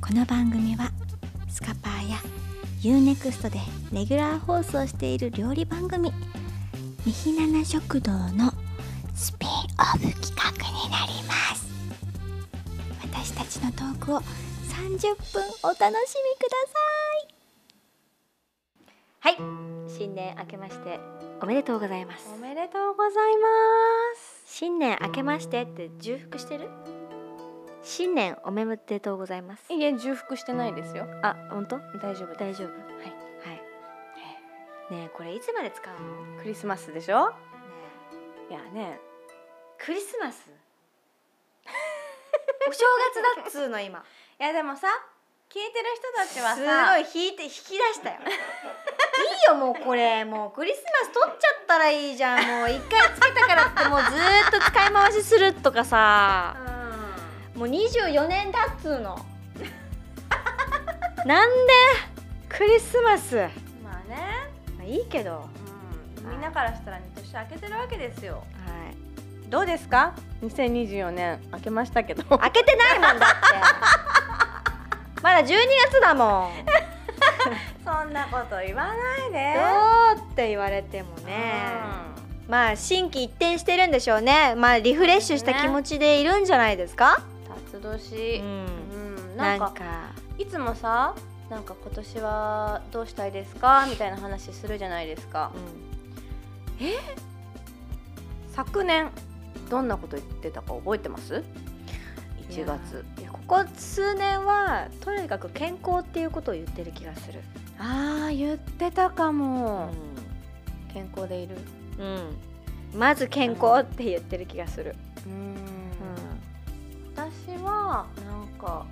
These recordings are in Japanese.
この番組はスカパーや UNEXT でレギュラー放送している料理番組「みひなな食堂」のスピンオフ企画になります私たちのトークを30分お楽しみくださいはい新年明けましておめでとうございますおめでとうございます。新年明けましてって重複してる新年おめでとうございますいえ、重複してないですよ。あ本当大丈夫大丈夫はいはいねえこれいつまで使うのねクリスマスでしょえいやね。クリスマ スお正月だっつうの今いや、でもさ、聞いてる人たちはすごさ、い引いて引き出したよいいよもうこれもうクリスマス取っちゃったらいいじゃんもう一回つけたからってもうずーっと使い回しするとかさもう24年だっつう のなんでクリスマスうんまあね、まあいいけどはうん、みんなからしたら年明けてるわけですよ。いどうですか？2024年明けましたけど。 開けてないもんだってまだ12月だもん そんなこと言わないで。どうって言われてもね、まあ心機一転してるんでしょうねまあリフレッシュした気持ちでいるんじゃないですか、うん。辰う年。んうん、ななんんかかいつもさ。なんか今年はどうしたいですかみたいな話するじゃないですかう、ん昨年どんなこと言ってたか覚えてます1月いやここ数年はとにかく健康っていうことを言ってる気がするあー言ってたかうも、健康でいるうんまず健康って言ってる気がする、うんう私はなんか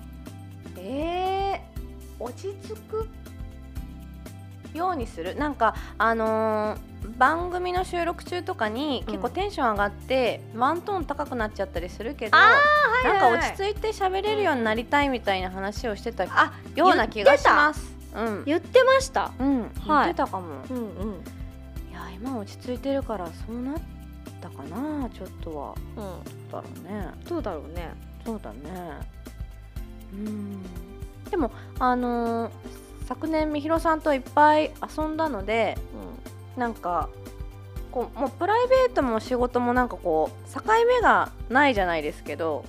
えー、落ち着くようにするなんかあのー番組の収録中とかにうん結構テンション上がって、ワントーン高くなっちゃったりするけど、あいはいなんか落ち着いて喋れるようになりたいみたいな話をしてたあような気がします。うんん、言ってましたうん、言はいってたかも、うんうんいや今落ち着いてるからそうなったかなちょっとはうんどうだろうねどうだろうねそうだねうんでもあのー昨年みひろさんといっぱい遊んだのでなんかこうもうプライベートも仕事もなんかこう境目がないじゃないですけど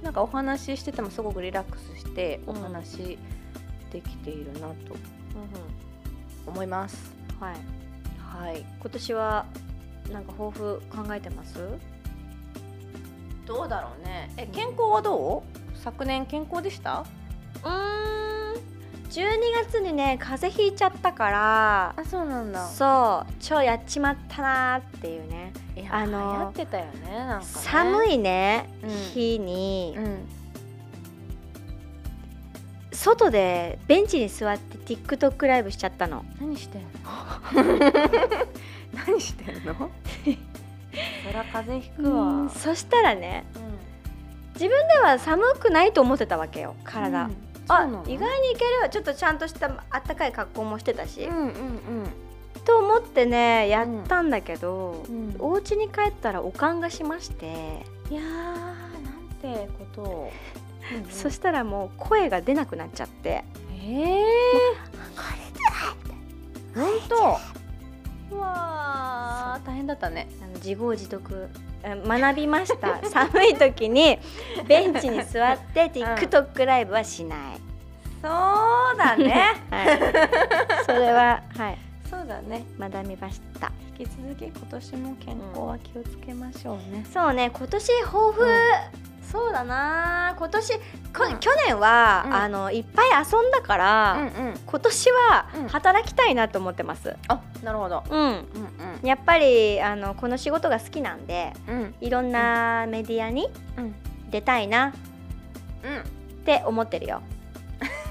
うなんかお話ししててもすごくリラックスしてうおん話できているなとんうん思います、うんはいはい今年はなんか抱負考えてますどうだろうねえ健康はどう昨年健康でしたうーん12月にね風邪ひいちゃったからあそうなんそう超やっちまったなーっていうねいやあのー流行ってたよねなんかね寒いね、うん日に、うん外でベンチに座って TikTok ライブしちゃったの何してんの 何してんのそら風邪ひくわ、うんそしたらねうん自分では寒くないと思ってたわけよ体、うんそうなあの意外にいけるちょっとちゃんとしたあったかい格好もしてたし、うんと思ってねやったんだけど、うんうんお家に帰ったらおかんがしまして、いやーなんてことを、うんうんそしたらもう声が出なくなっちゃってええー、本当うわー大変だったねあの自業自得え学びました 寒い時にベンチに座って TikTok ライブはしない、そうだね はい、それははいそうだね学びました引き続き今年も健康は気をつけましょうね。そうね今年抱負、うんそうだな今年こうん去年は、うんあのいっぱい遊んだかうら、ん。今年はうん働きたいなと思ってますあ、なるほど。うんうんやっぱりあのこの仕事が好きなんでうんうんいろんなメディアにうん出たいなうん。って思ってるよ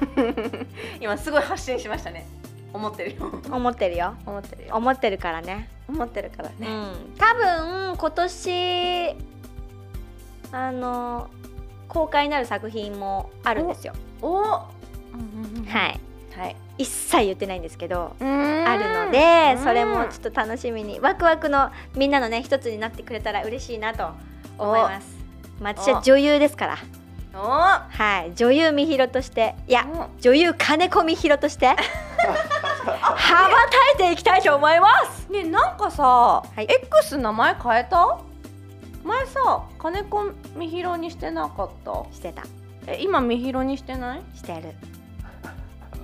今すごい発信しましたね。思ってるよ。思ってるよ思ってるよ。思ってるからね思ってるからうね。ん多分今年あの公開になる作品もあるんですよお。。はいいはい。一切言ってないんですけどああるのでうんそれもちょっと楽しみにワクワクのみんなのね一つになってくれたら嬉しいなと思いますまあ私は女優ですからおーはい女優みひろとしていやお女優金子みひろとして羽ばたいていきたいと思いますねえなんかさ、い X 名前変えた前さ金子みひろにしてなかったしてたえ今みひろにしてないしてる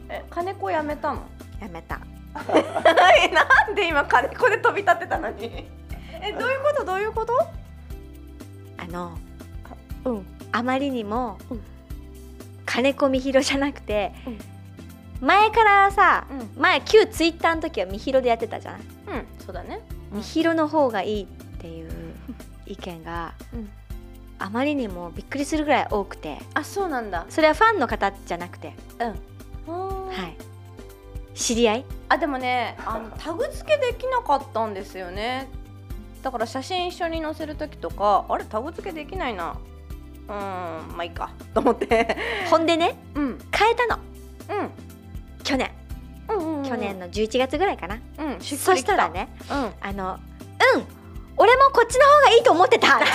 え金子やめたのやめた なんで今金子で飛び立ってたのにえどういうことどういうことあのうんあまりにも、うん金子みひろじゃなくて、う前からさうん前旧ツイッターの時はみひろでやってたじゃないうんそうだねみひろの方がいいっていう意見がうんあまりにもびっくりするぐらい多くてあそうなんだそれはファンの方じゃなくて、ははい、知り合いあでもねあのタグ付けできなかったんですよねだから写真一緒に載せる時とかあれタグ付けできないなうーんまあいいか と思ってほんでねうんうん変えたのう去年んうんうん去年の11月ぐらいかな、うんしっくそりしきたらねうんあのあのうん俺もこっちの方がいいと思ってたファンの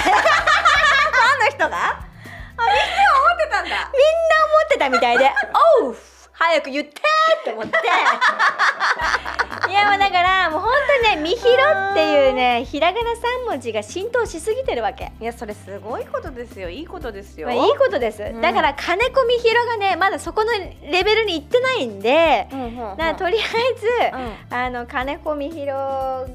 人があみんな思ってた思ん だってたみ たいで「おう早く言って!」って思って いやもうだからもう本当にね「みひろ」っていうねひらがな3文字が浸透しすぎてるわけ、いやそれすごいことですよいいことですよ、まあ、いいことです、うんだから金子みひろがねまだそこのレベルに行ってないんでうんうんうんだからとりあえず、うあの金子みひろがんうん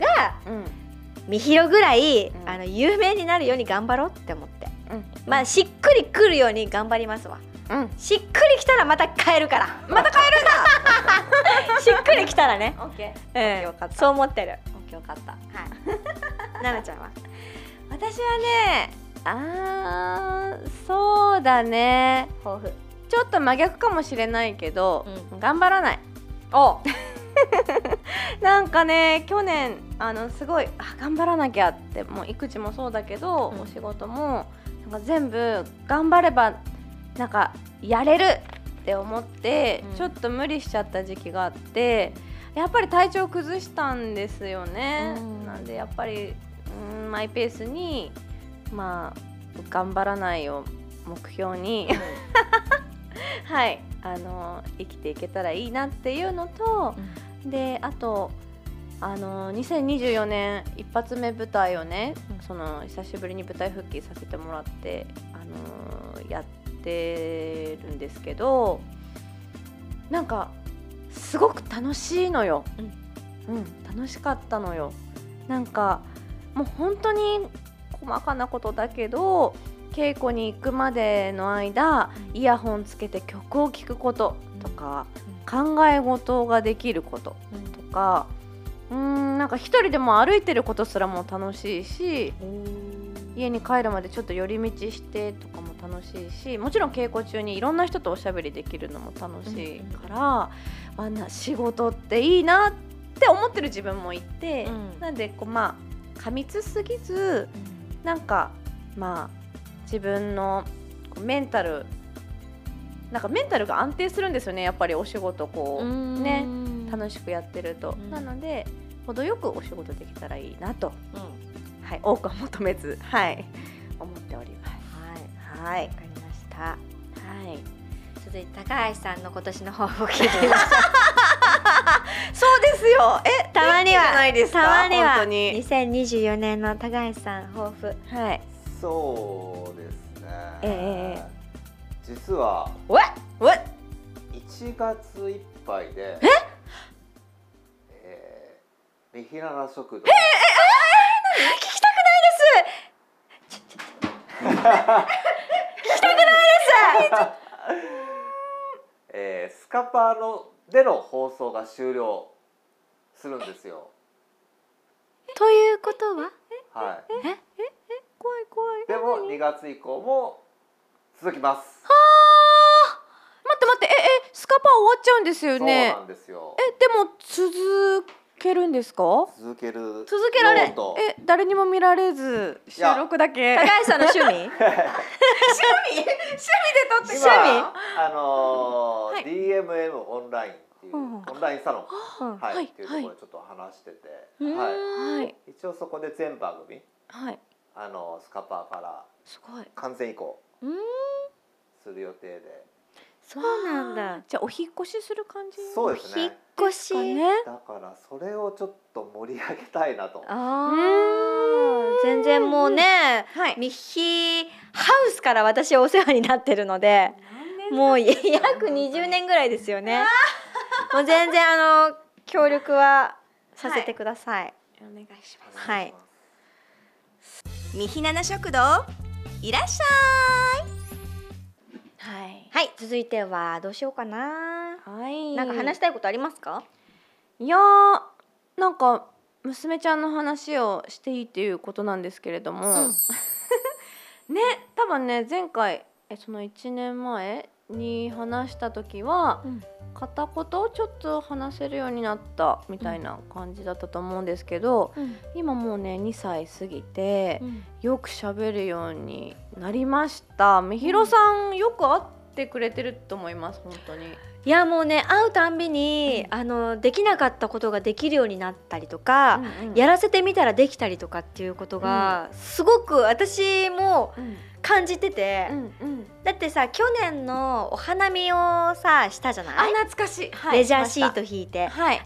みひろぐらい、うんあの有名になるように頑張ろうって思ってうんまあしっくりくるように頑張りますわうんしっくりきたらまた変えるからまた変えるんだ しっくりきたらねオッケうんよかったそう思ってるーオッケーよかったはい 奈々ちゃんは私はねあーそうだね抱負ちょっと真逆かもしれないけど、う頑張らないお なんかね去年あのすごいあ頑張らなきゃってもう育児もそうだけど、うんお仕事もなんか全部頑張ればなんかやれるって思って、うんちょっと無理しちゃった時期があってやっぱり体調崩したんですよね、うんなんでやっぱりうんマイペースにまあ頑張らないを目標に はい、あの生きていけたらいいなっていうのと、であとあの2024年一発目舞台をね、うんその久しぶりに舞台復帰させてもらって、あのやってるんですけどなんかすごく楽しいのよ、うん楽しかったのよなんかもう本当に細かなことだけど稽古に行くまでの間イヤホンつけて曲を聴くこととか、考え事ができることとかうーんなんか一人でも歩いてることすらも楽しいし家に帰るまでちょっと寄り道してとかも楽しいしもちろん稽古中にいろんな人とおしゃべりできるのも楽しいから、あんな仕事っていいなって思ってる自分もいて、うんなんでこうまあ過密すぎずなんかまあ自分のこうメンタルなんかメンタルが安定するんですよねやっぱりお仕事こう、ね楽ししくやってると、うんなので程よくお仕事できたらいいなと、うんははい、多くは求めず、はい、思っております。いはいわ、かりましたはい、続いて高橋さんの今年の抱負を聞いてみましょうそうですよえたまに元気じゃなはいですかたまには本当に2024年の高橋さん抱負はいそうですね。え実はわっわっ1月いっぱいで。えー。みひらな食堂。えー、スカパーのでの放送が終了するんですよ。ということはは怖い怖いい。でも2月以降も続きます。待って待ってええスカパー終わっちゃうんですよそうねなんですよ。えでも続けるんですか続ける。続けられようとえ誰にも見られず収や録だけ高趣橋さんの趣 味 味趣味で撮って今るあのーはい DMM オンラインっていう、うんオンラインサロン、うんはいはいっていうところでちょっと話してて、うははいい、一応そこで全番組はいあのースカパーからすごい完全移行うーんする予定でそうなんだ。じゃあお引っ越しする感じそうですお引っね越し、かねだからそれをちょっと盛り上げたいなとあうあん全然もうねはいミッヒーハウスから私お世話になってるのでもうい約20年ぐらいですよね。もう全然あの協力はさせてください。お願いしますはいみひなな食堂いらっしはいはい、続いてはどうしようかな。はいなんか話したいことありますか？いやーなんか娘ちゃんの話をしていいっていうことなんですけれども、ね多分ね前回えその1年前に話した時は、うん片言をちょっと話せるようになったみたいな感じだったと思うんですけど、うん今もうね2歳過ぎて、んよく喋るようになりましたみひろさん、よく会ってくれてると思います本当にいやもうね会うたんびに、あのできなかったことができるようになったりとか、やら、らせてみたらできたりとかっていうことが、すごく私もうん感じてて、うんうん、だってさ去年のお花見をさしたじゃあない、懐かしい、はレジャーシート引いて、はい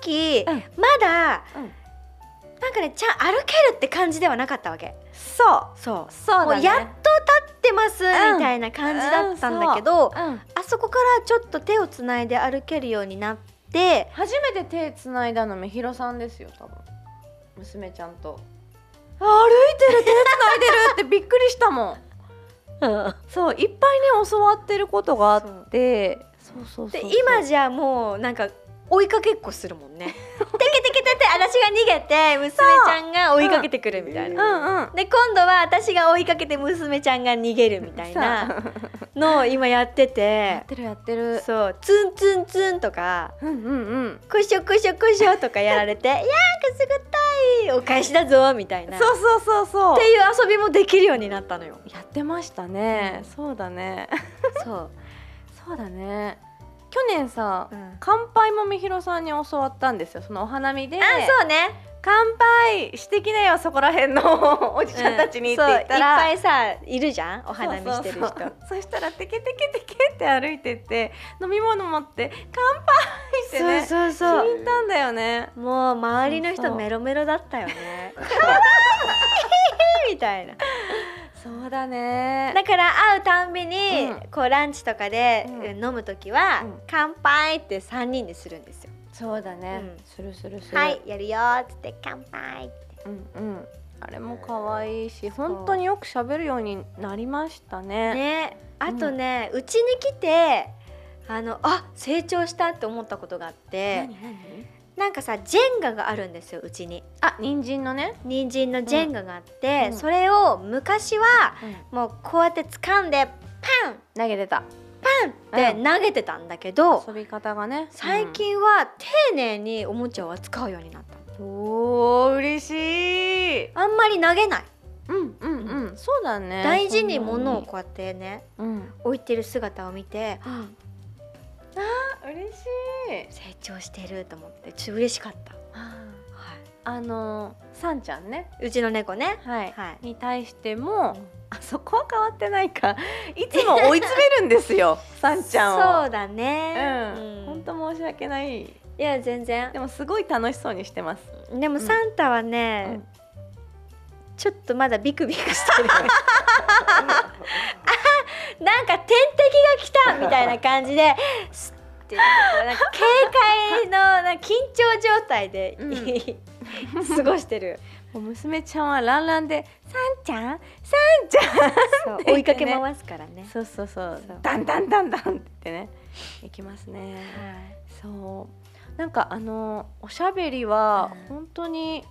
時、うんまだ、うんなんかねちゃん歩けるって感じではなかったわけそうそうそうだねもうやっと立ってますみんたいな感じだったんだけど、うん、あそこからちょっと手をつないで歩けるようになって初めて手つないだのみひろさんですよ多分娘ちゃんと歩いてる手つないでるってびっくりしたもんそういっぱいね教わってることがあってそうそうそうでそう今じゃもうなんか追いかけっこするもんね。テケテケテテ私が逃げて娘ちゃんが追いかけてくるみたいうんな。うんうんで今度は私が追いかけて娘ちゃんが逃げるみたいなさあのを今やってやてってるやってるそうツンツンツンとかうんうんうんクショクショクショとかやられ て「いやーくすぐったいお返しだぞ」みたいなっそうそうそうそうていう遊びもできるようになったのよ。やってましたねそうだね そう、そうだね去年さうん乾杯もみひろさんに教わったんですよそのお花見であそうね乾杯してきなよそこら辺 のおじちゃんたちにって言ったら、うんそういっぱいさいるじゃんおお花見してる人そうそうそうそしたらテケテケテケって歩いてって飲み物持って乾杯してねそうう気に入ったんだよねもう周りのそうそ人うメロメロだったよね みたいなそうだねだから会うたんびに、うんこうランチとかで、うん飲む時は、うん乾杯って三人でするんですよ、そうだね、うんするするするはいやるよーっつって乾杯ってうんうんあれも可愛いし本当によく喋るようになりましたねねあとねうち、に来てあのあ成長したって思ったことがあって何何なんかさジェンガがあるんですようちにあ人参のね、人参のジェンガがあって、うんうんそれを昔はもうこうやって掴んでパン投げてたでうん投げてたんだけど、遊び方がね最、近は丁寧におもちゃを扱うようになったうんおー嬉しいあんまり投げないうんうんうん、そうだね大事に物をこうやってねうん置いてる姿を見て嬉しい成長してると思ってちょっと嬉しかった、はあのさんちゃんねい、うちの猫ねはい、はいに対しても、うんあそこは変わってないかいつも追い詰めるんで すよさんちゃんをそうだねうん本当申し訳ないいや全然でもすごい楽しそうにしてますでもサンタはね、うんちょっとまだビクビクしてる あなんか天敵が来たみたいな感じでスッてなんか警戒のなんか緊張状態で、うん 過ごしてるもう娘ちゃんはランランで「さんちゃんさんちそうてね追いかけ回すからねん」そうそうそうそうダンダンダンダンってねいきますねそうなんかあのおしゃべりはうん本当に、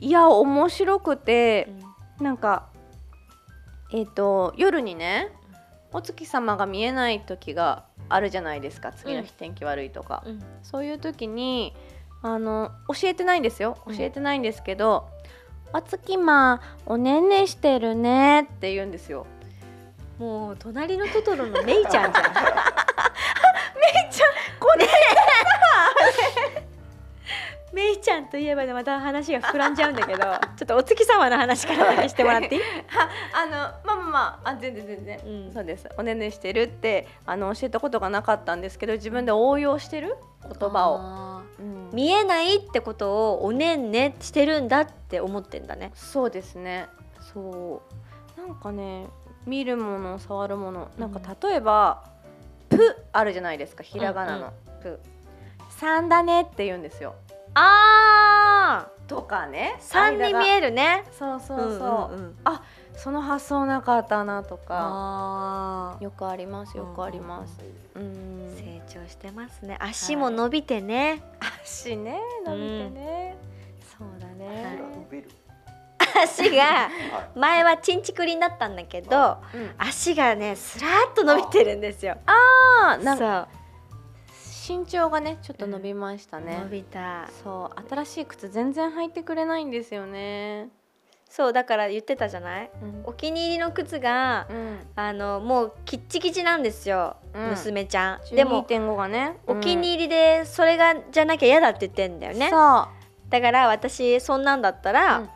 いや面白くてう、んなんかえっ、と夜にねお月様が見えない時があるじゃないですか次の日天気悪いとか、うんそういう時にあの教えてないんですようん教えてないんですけど「お月まおねんねしてるね」って言うんですよ。もう隣のトトロのメイちゃんじゃんこれメイちゃんといえばでまた話が膨らんじゃうんだけどちょっとお月様の話からしてもらっていいあのまあまあまああ全然全然、うんそうですおねんねしてるってあの教えたことがなかったんですけど自分で応用してる言葉を、をうん見えないってことをおねんねしてるんだって思ってんだねそうですねそうなんかね見るもの触るものなんか例えば「プ」あるじゃないですかひらがなの「プ」「三だね」って言うんですよあーとかね三に見るえるねそうそうそう,、んんんその発想なかったなとかあーよくありますよくありますうん成長してますね足も伸びてね、足ね伸びてね、そうだね、はい伸びる。足がは前はチンチクリンだったんだけどうん足がねスラーっと伸びてるんですよあーそなうんか身長がねちょっと伸びましたね、伸びたそう新しい靴全然履いてくれないんですよねそうだから言ってたじゃないうんお気に入りの靴がうんあのもうキッチキチなんですよ、うん娘ちゃんででもも2.5がねお気に入入りでそれがじゃなきゃ嫌だって言ってんだよねそだから私そんなんだったら、うん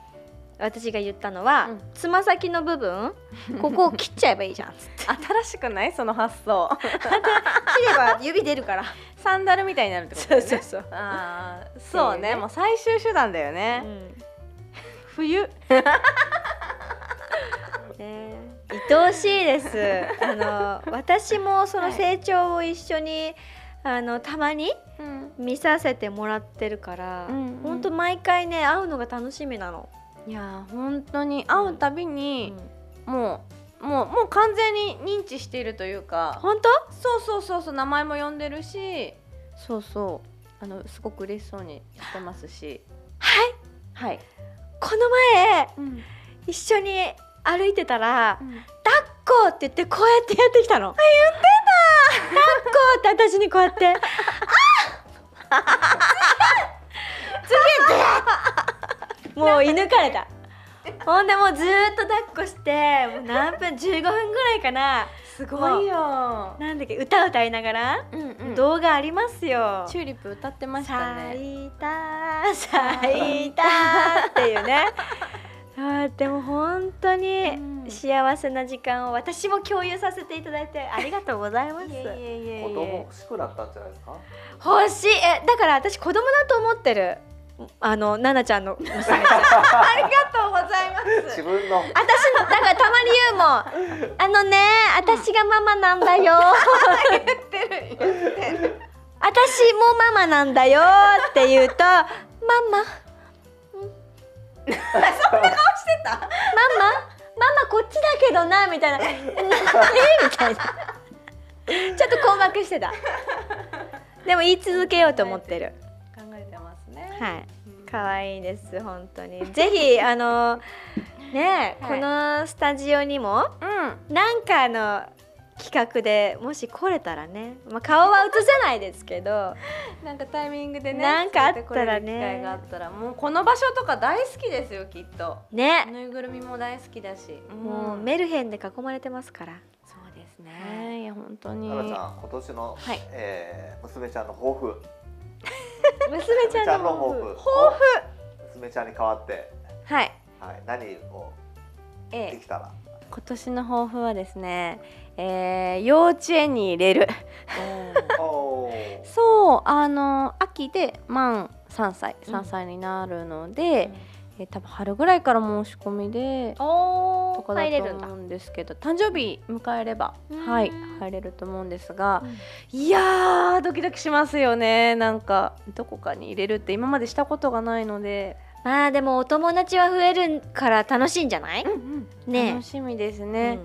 私が言ったのはうんつま、先の部分ここを切っちゃえばいいじゃんっつってう新しくないその発 想切れば指出るからサンダルみたいになるってことだそうよそねうそう、あーそっうていうねねもう最終手段だようね、ん冬ねえ、愛おしいです。あの私もその成長を一緒に、あのたまにうん、見させてもらってるから、うんうん本当毎回ね会うのが楽しみなの。いやー本当に会うたびうに、んもうもうもう完全に認知しているというか本当？そうそうそうそう名前も呼んでるしそうそうあのすごく嬉しそうにしてますしはいはい、この前うん一緒に歩いてたら抱っこって言ってこうやってやってきたの。あ言ってた。抱っこって私にこうやって。あー次次もう射抜かれた。ほんでもうずーっと抱っこしてもう何分15分ぐらいかなすごいよ、なんだっけ歌歌いながら、うんうん動画ありますよ。チューリップ歌ってましたね咲いた咲いたっていう ねあーでも本当にうん幸せな時間を私も共有させていただいてありがとうございますえいえいえいえ子供欲しくなったんじゃないですか。欲しいえだから私子供だと思ってるあの奈々ちゃんの 娘私のだかありがとうございます自分の。らたまに言うもんあのね私がママなんだよ言ってる言ってる私もママなんだよって言うとママしてたママママこっちだけどなみたいな「なえみたいなちょっと困惑してたでも言い続けようと思ってる考えてますねはいうん可愛いです本当にぜひあのねえ、はいこのスタジオにもうんなんかあの企画でもし来れたらね、まあ、顔は映せないですけどなんかタイミングでねなんかあったらね連れてこれる機会があったらもうこの場所とか大好きですよきっとねぬいぐるみも大好きだしもうメルヘンで囲まれてますからそうですねいや本当に奈々ちゃん、今年の、はいえー娘ちゃんの抱負。娘ち娘ちゃゃんんのの抱抱負負。娘ちゃんに代わって、はいはい、何をでえきたら。ー今年の抱負はですね、えー、幼稚園に入れるおーそうあの秋で満3歳うん3歳になるので、えー多分春ぐらいから申し込みでおとーかだ入れとるんだ思うんですけど誕生日迎えれば、うんはい入れると思うんですが、いやードキドキしますよねなんかどこかに入れるって今までしたことがないので、まあでもお友達は増えるから楽しいんじゃない、ねえ楽しみですね、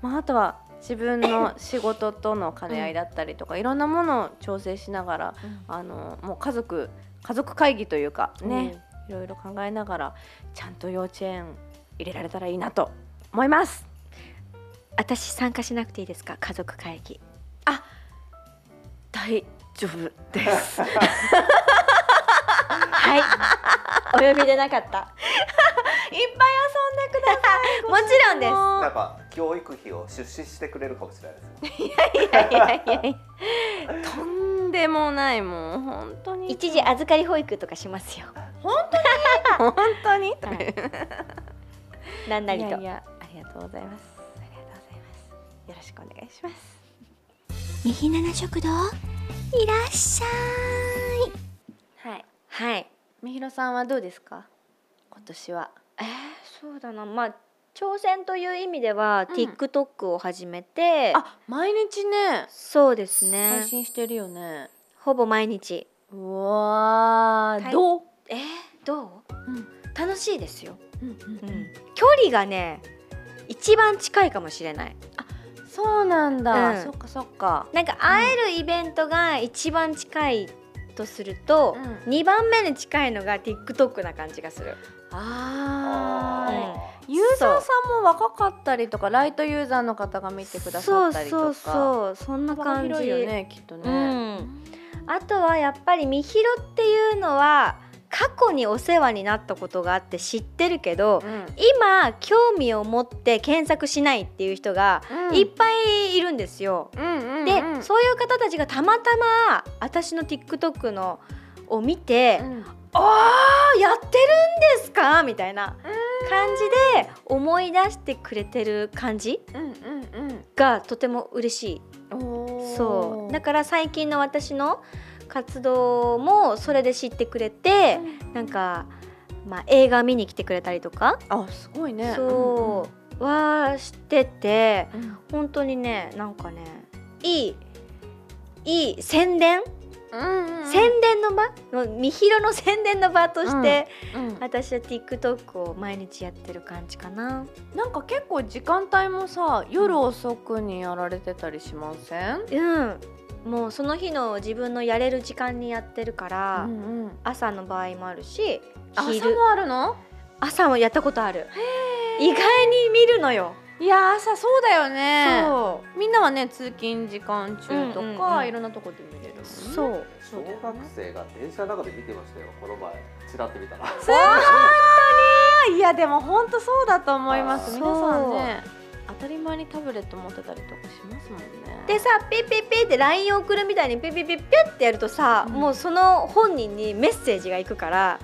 まあ、あとは自分の仕事との兼ね合いだったりとか、いろんなものを調整しながらあのもう家族家族会議というかね、いろいろ考えながらちゃんと幼稚園入れられたらいいなと思います私参加しなくていいですか家族会議大丈夫ですはいお呼びでなか ったいっぱい遊んでくださいもちろんですもなんか教育費を出資してくれるかもしれないですね。 いやいやいやとんでもないもう本当に一時預かり保育とかしますよ本当に、はいなんなりいとやいやありがとうございますありがとうございますよろしくお願いしますみひなな食堂いらっしゃいはいはいみひろさんはどうですか今年はえー、そうだなまあ挑戦という意味では、うん TikTok を始めてあ毎日ねそうです配ね信してるよねほぼ毎日うわーはいどう、えー、どううん楽しいですよ、うんううんん、距離がね一番近いかもしれないそうなんだ、うんそっかそっかなんか会えるイベントが一番近いとすると、う二2番目に近いのが TikTok な感じがするあーうんユーザーさんも若かったりとかライトユーザーの方が見てくださったりとかそうそうそうそんな幅が感じ広いよねきっとね、うんあとはやっぱりみひろっていうのは過去にお世話になったことがあって知ってるけど、う今興味を持って検索しないっていう人がんいっぱいいるんですよ。うんうんうん、で、うんそういう方たちがたまたま私の TikTok のを見てう「んああやってるんですか?」みたいな感じで思い出してくれてる感じうんがとても嬉しいうんおーそうだから最近の私の活動もそれで知ってくれて、なんか、まあ、映画見に来てくれたりとか、あすごいねそうはしててうんうん本当にねなんかねいいいい宣伝、うんうんうん宣伝の場のみひろの宣伝の場として、うん私は TikTok を毎日やってる感じかななんか結構時間帯もさ夜遅くにやられてたりしません、うんもうその日の自分のやれる時間にやってるから、んうん、朝の場合もあるし朝昼もあるの朝もやったことある意外に見るのよ、いや朝そうだよねそみんなはね通勤時間中とうんうんか、うんいろんなとこで見れるもんねうそう小学生が電車の中で見てましたよこの前ちらっと見たらそう本当にいやでも本当そうだと思いますそう皆さんね当たり前にタブレット持ってたりとかしますもんねでさピッピッピッって LINE を送るみたいにピッピッピッピュッってやるとさ、うんもうその本人にメッセージがいくから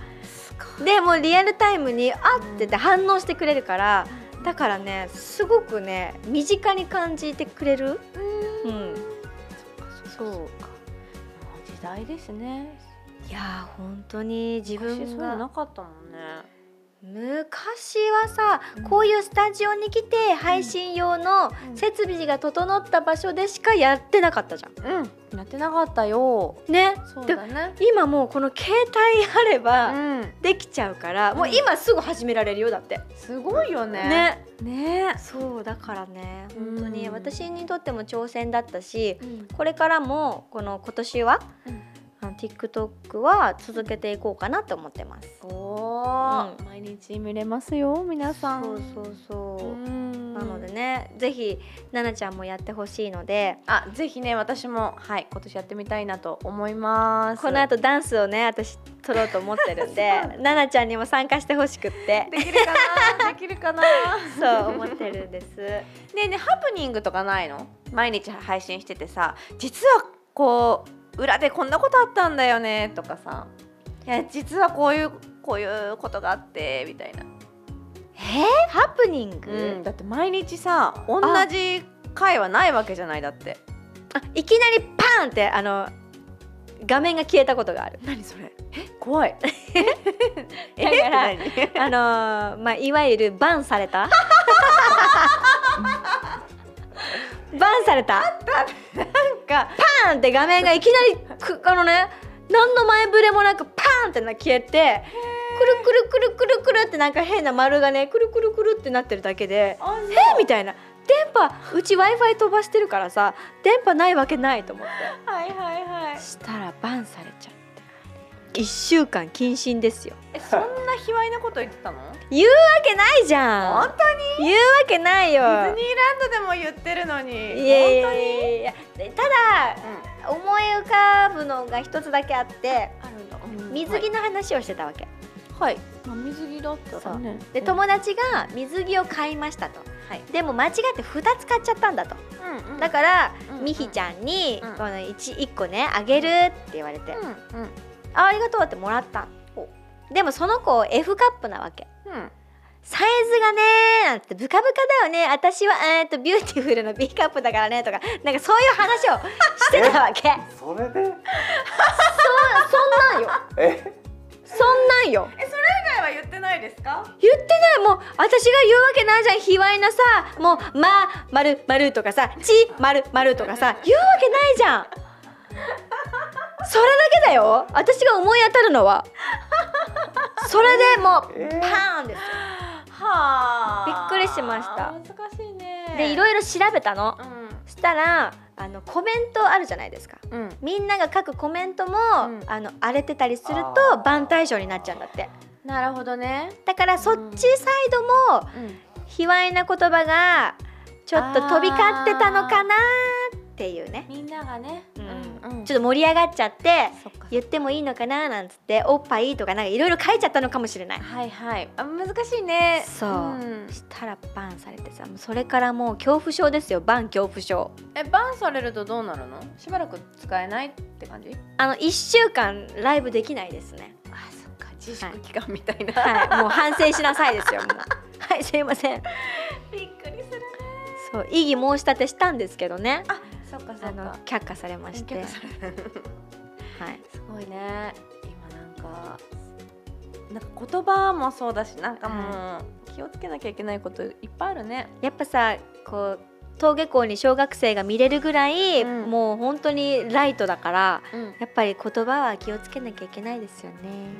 でもうリアルタイムにあってて反応してくれるからだからねすごくね身近に感じてくれる、うんそうか時代ですねいやー本当に自昔そうい分うのながかったもんね昔はさ、うんこういうスタジオに来て配信用の設備が整った場所でしかやってなかったじゃん。うんやってなかったよね、そううだだね今もうこの携帯あれうばんできちゃうから、もう今すぐ始められるよだって。すごいよねねねそうだからねうん本当に私にとっても挑戦だったしうんこれからもこの今年は、うんあの TikTok は続けていこうかなと思ってます。おーう毎日見れますよ皆さんそうそうそう、うんなのでねぜひななちゃんもやってほしいのであぜひね私もはい今年やってみたいなと思いますこの後ダンスをね私撮ろうと思ってるん でななちゃんにも参加してほしく ってできるか なできるかなねそう思ってるんです。えねえハプニングとかないの毎日配信しててさ実はこう裏でこんなことあったんだよねとかさいや実はこういうこういうことがあってみたいな、えハプニング、うん、だって毎日さ同じ回はないわけじゃないだって。あいきなりパーンってあの画面が消えたことがある何それえ怖 いえだからえって何あのーまあ、いわゆるバンされ たバンされたなんかパーンって画面がいきなりくあのね何の前触れもなくパーンってな消えてくるくるくるくるくるってなんか変な丸がねくるくるくるってなってるだけで あえみたいな電波うち w i f i 飛ばしてるからさ電波ないわけないと思ってはいはいはいしたらバンされちゃって1週間謹慎ですよえそんな卑猥なこと言ってた の言うわけないじゃん本当に言うわけないよディズニーランドでも言ってるのにいやいやいやいやでただ本思い浮かぶのが一つだけあって当に、あるんだ、水着の話をしてたわけ、はい、まあ、水着だったらねで友達が水着を買いましたと、はいでも間違って2つ買っちゃったんだとうんうんだから、うんみひちゃんに、うんこの 1, 1個ねあげるって言われて、うんうんあありがとうってもらったでもその子 F カップなわけうんサイズがねなんてブカブカだよね私はえーっとビューティフルの B カップだからねとかなんかそういう話をしてた わけそんそれでなんよえそんなんよえそれ以外は言ってないですか言ってないもう私が言うわけないじゃん卑猥なさもう「ま」「まる」「まる」とかさ「ち」「まる」「まる」とかさ言うわけないじゃんそれだけだよ私が思い当たるのはそれでもうパえーーンですよはあびっくりしました難しいねでいろいろ調べたのしたらあのコメントあるじゃないですかうんうんみんなが書くコメントも、んあの荒れてたりするあとー番対象になっちゃうんだってなるほどねだからそっちサイドもうん卑猥な言葉がちょっと飛び交ってたのかなっていうね、みんながねうんうんちょっと盛り上がっちゃってそっか言ってもいいのかななんつっておっぱいとかなんかいろいろ書いちゃったのかもしれないはいはいあ難しいねそう、んそしたらバンされてさもうそれからもう恐怖症ですよバン恐怖症えバンされるとどうなるのしばらく使えないって感じあの1週間ライブできないですねあそっか自粛期間みたいな、はいもう反省しなさいですよもう はいすいません びっくりするそう異議申し立てしたんですけどねあそっかそあっのか却下されまして、はい、されるすごいね今なんかなんか言葉もそうだしなんかもう気をつけなきゃいけないこといっぱいあるねやっぱさこう登下校に小学生が見れるぐらい、うんもう本当にライトだからうんやっぱり言葉は気をつけなきゃいけないですよね。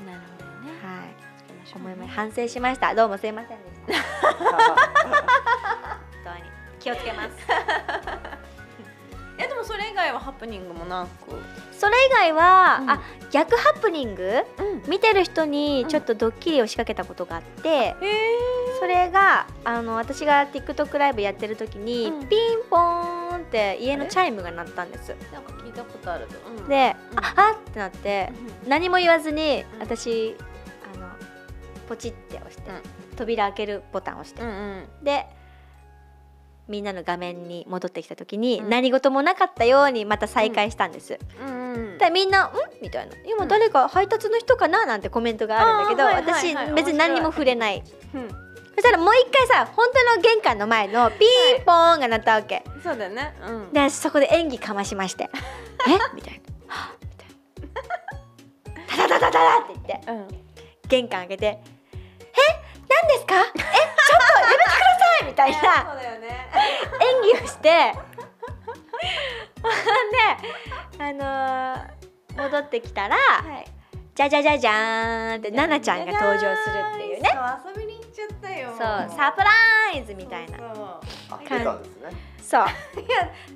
なるほどねはい、思思いいまますす反省しました。どうもすいませんで した。本当に気をつけます。えでもそれ以外はハプニングもなくそれ以外は、うんあ逆ハプニングうん見てる人にちょっとドッキリを仕掛けたことがあって、へえそれがあの私が TikTok ライブやってる時に、うんピンポーンって家のチャイムが鳴ったんです。なんか聞いたことあると、うん、で、うんああってなって何も言わずにうん私あのポチって押して、うん扉開けるボタンを押して、うんうんでみんなの画面に戻ってきた時に、うん何事もなかったようにまた再開したんです、うんうんでみんな「ん?」みたいな「今誰か配達の人かな?」なんてコメントがあるんだけど、あーはいはいはい私別に何にも触れないうんそしたらもう一回さ本当の玄関の前のピンポーンが鳴ったわけ、そうだよねうんで私そこで演技かましま して「えみたいなはっみたいな「タタタタタタ」って言ってうん玄関開けて「え何ですかえちょっとやめてください」みたいなそうだよね演技をしてほんであのー戻ってきたらはい「じゃじゃじゃじゃーん」って奈々ちゃんが登場するっていうねそう遊びに行っちゃったよそうサプライズみたいななあ出たんですねそう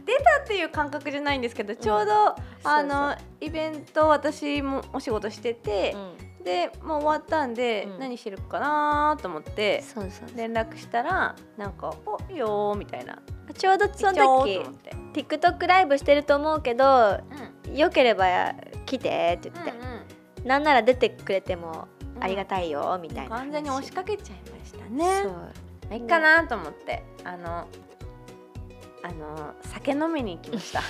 出たっていう感覚じゃないんですけどちょうど、あのイベント私もお仕事しててう、んでもう終わったんで、うん何してるかなと思ってそうそうそう連絡したらなんか「おいいよ」みたいなちょうどそ行っちゃのおうと時思って、 TikTok ライブしてると思うけどうんよければ来てって言って、なんなら出てくれてもありがたいよみたいな話、完全に押しかけちゃいましたそねうまあいいかなと思ってあのあの酒飲みに行きま した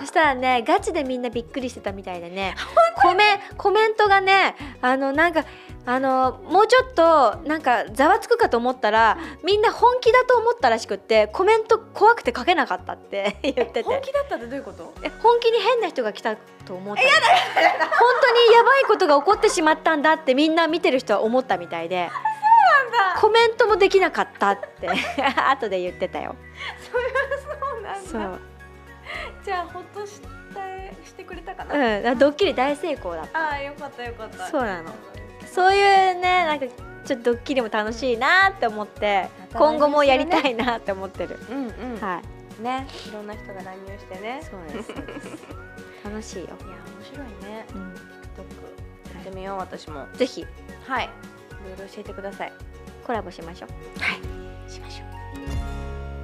そしたらねガチでみんなびっくりしてたみたいで ねコメコメントがねあのなんかあのもうちょっとなんかざわつくかと思ったらみんな本気だと思ったらしくってコメント怖くて書けなかったって 言ってて本気だったってどういうこと え本気に変な人が来たと思ったやだ本当にやばいことが起こってしまったんだってみんな見てる人は思ったみたいでそうなんだコメントもできなかったって 後で言ってたよそうなんそう、うん、じゃあほっとしたしてくれたかな、ドッキリ大成功だったああよかったよかったそうなのそういうねなんかちょっとドッキリも楽しいなって思って、また今後もやりたいなって思ってる、うんう ん、はいねいろんな人が乱入してねそうですそうです楽しいよ、いや面白いねうん TikTok やってみよう私もぜひはいいろいろ教えてくださいコラボしましょうしましょう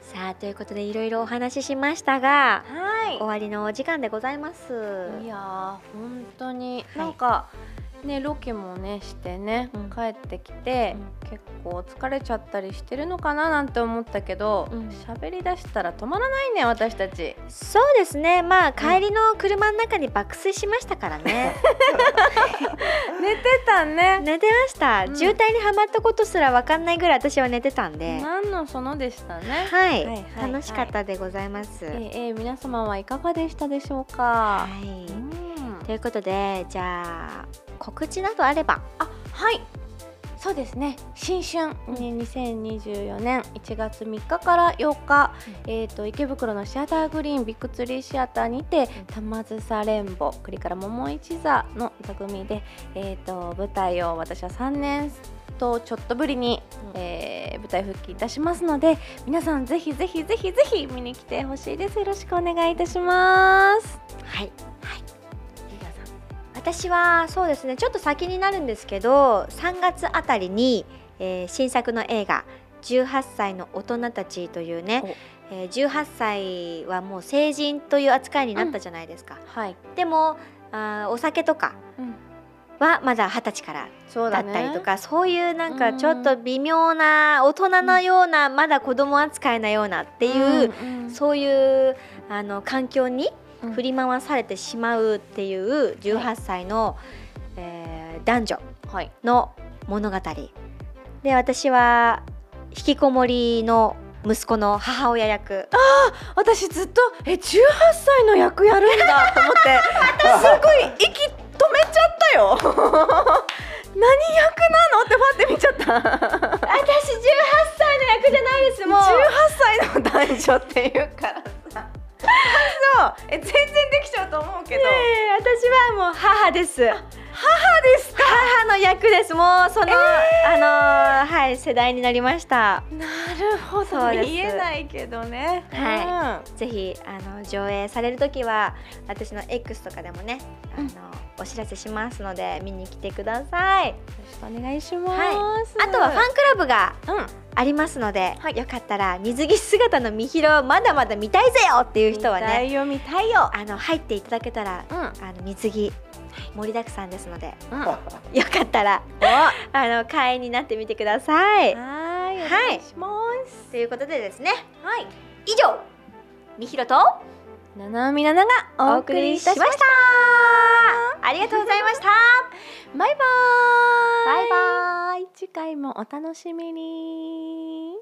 さあということでいろいろお話ししましたがは終わりのお時間でございますいやー本当に、いなんかねロケもねしてね、うん帰ってきて、結構疲れちゃったりしてるのかななんて思ったけどうん喋、りだしたら止まらないね私たちそうですねまあ帰りの車の中に爆睡しましたからね寝てたね寝てました、うん渋滞にはまったことすら分かんないぐらい私は寝てたんで、何のそのでしたねはい、はいはい楽しかったでございます、ええ皆様はいかがでしたでしょうか、はい、うんということでじゃあ告知などあればあはいそうですね新春、ね2024年1月3日から8日、えー、と池袋のシアターグリーンビッグツリーシアターにて「玉梓レンボ」栗から桃一座の座組で、えー、と舞台を私は3年とちょっとぶりに、うんえー舞台復帰いたしますので皆さんぜひぜひぜひぜひ見に来てほしいですよろしくお願いいたします。はい、私はそうですねちょっと先になるんですけど3月あたりに、えー新作の映画「18歳の大人たち」というね、えー18歳はもう成人という扱いになったじゃないですか、はい、でもあーお酒とかはまだ二十歳からそうだだ,、っね、たりとかそう,、いうなんかうんちょっと微妙な大人のような、まだ子供扱いなようなっていう、うんうんそういうあの環境にうん振り回されてしまうっていう18歳の、えー男女はいの物語で私は引きこもりの息子の母親役私ずっとえ18歳の役やるんだと思って 私すごい息止めちゃったよ 何役なのってパって見ちゃった18私18歳の役じゃないですもう歳の男女っていうからさそうえ全然できちゃうと思うけど、ええ私はもう母です母ですか母の役ですもうその、あのーはい世代になりましたなるほそうです言えないけどねはぜひあの上映される時は私の X とかでもねあの、お知らせしますので見に来てくださいい、よろしくお願いします、あとはファンクラブがうんありますので、よかったら水着姿のみひろまだまだ見たいぜよっていう人は見たねいよ見たいよあの入っていただけたらうんあの水着盛りだくさんですので うんよかったらあの会員になってみてください。はいおは願いいします、ということでですねはい以上みひろとななみなながお送りいたしましたありがとうございましたバイバーイバイバーイ次回もお楽しみに